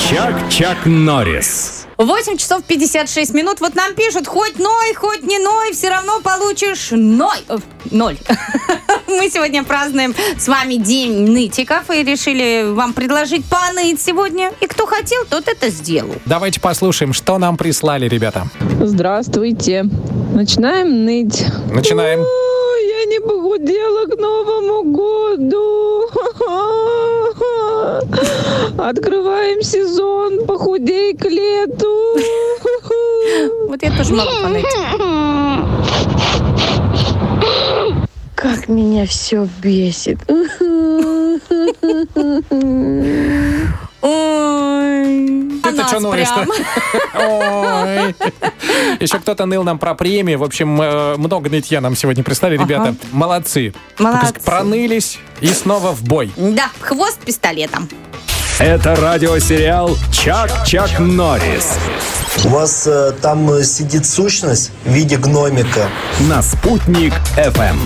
Чак-Чак Норрис. 8 часов 56 минут. Вот нам пишут, хоть ной, хоть не ной, все равно получишь ной. Э, Ноль. Мы сегодня празднуем с вами День нытиков и решили вам предложить поныть сегодня. И кто хотел, тот это сделал. Давайте послушаем, что нам прислали ребята. Здравствуйте. Начинаем ныть. Начинаем. Ой, я не похудела к Новому году. Открываем сезон, похудей к лету. Вот я тоже могу поныть. Как меня все бесит. Ой, а Ты-то нас чё ноешь-то? прям. Ой. Еще кто-то ныл нам про премии. В общем, э, много нытья нам сегодня прислали. Ребята, молодцы. Молодцы. Пронылись и снова в бой. Да, хвост пистолетом. Это радиосериал Чак-Чак Норрис У вас э, там э, сидит сущность в виде гномика. на Спутник Эм». FM.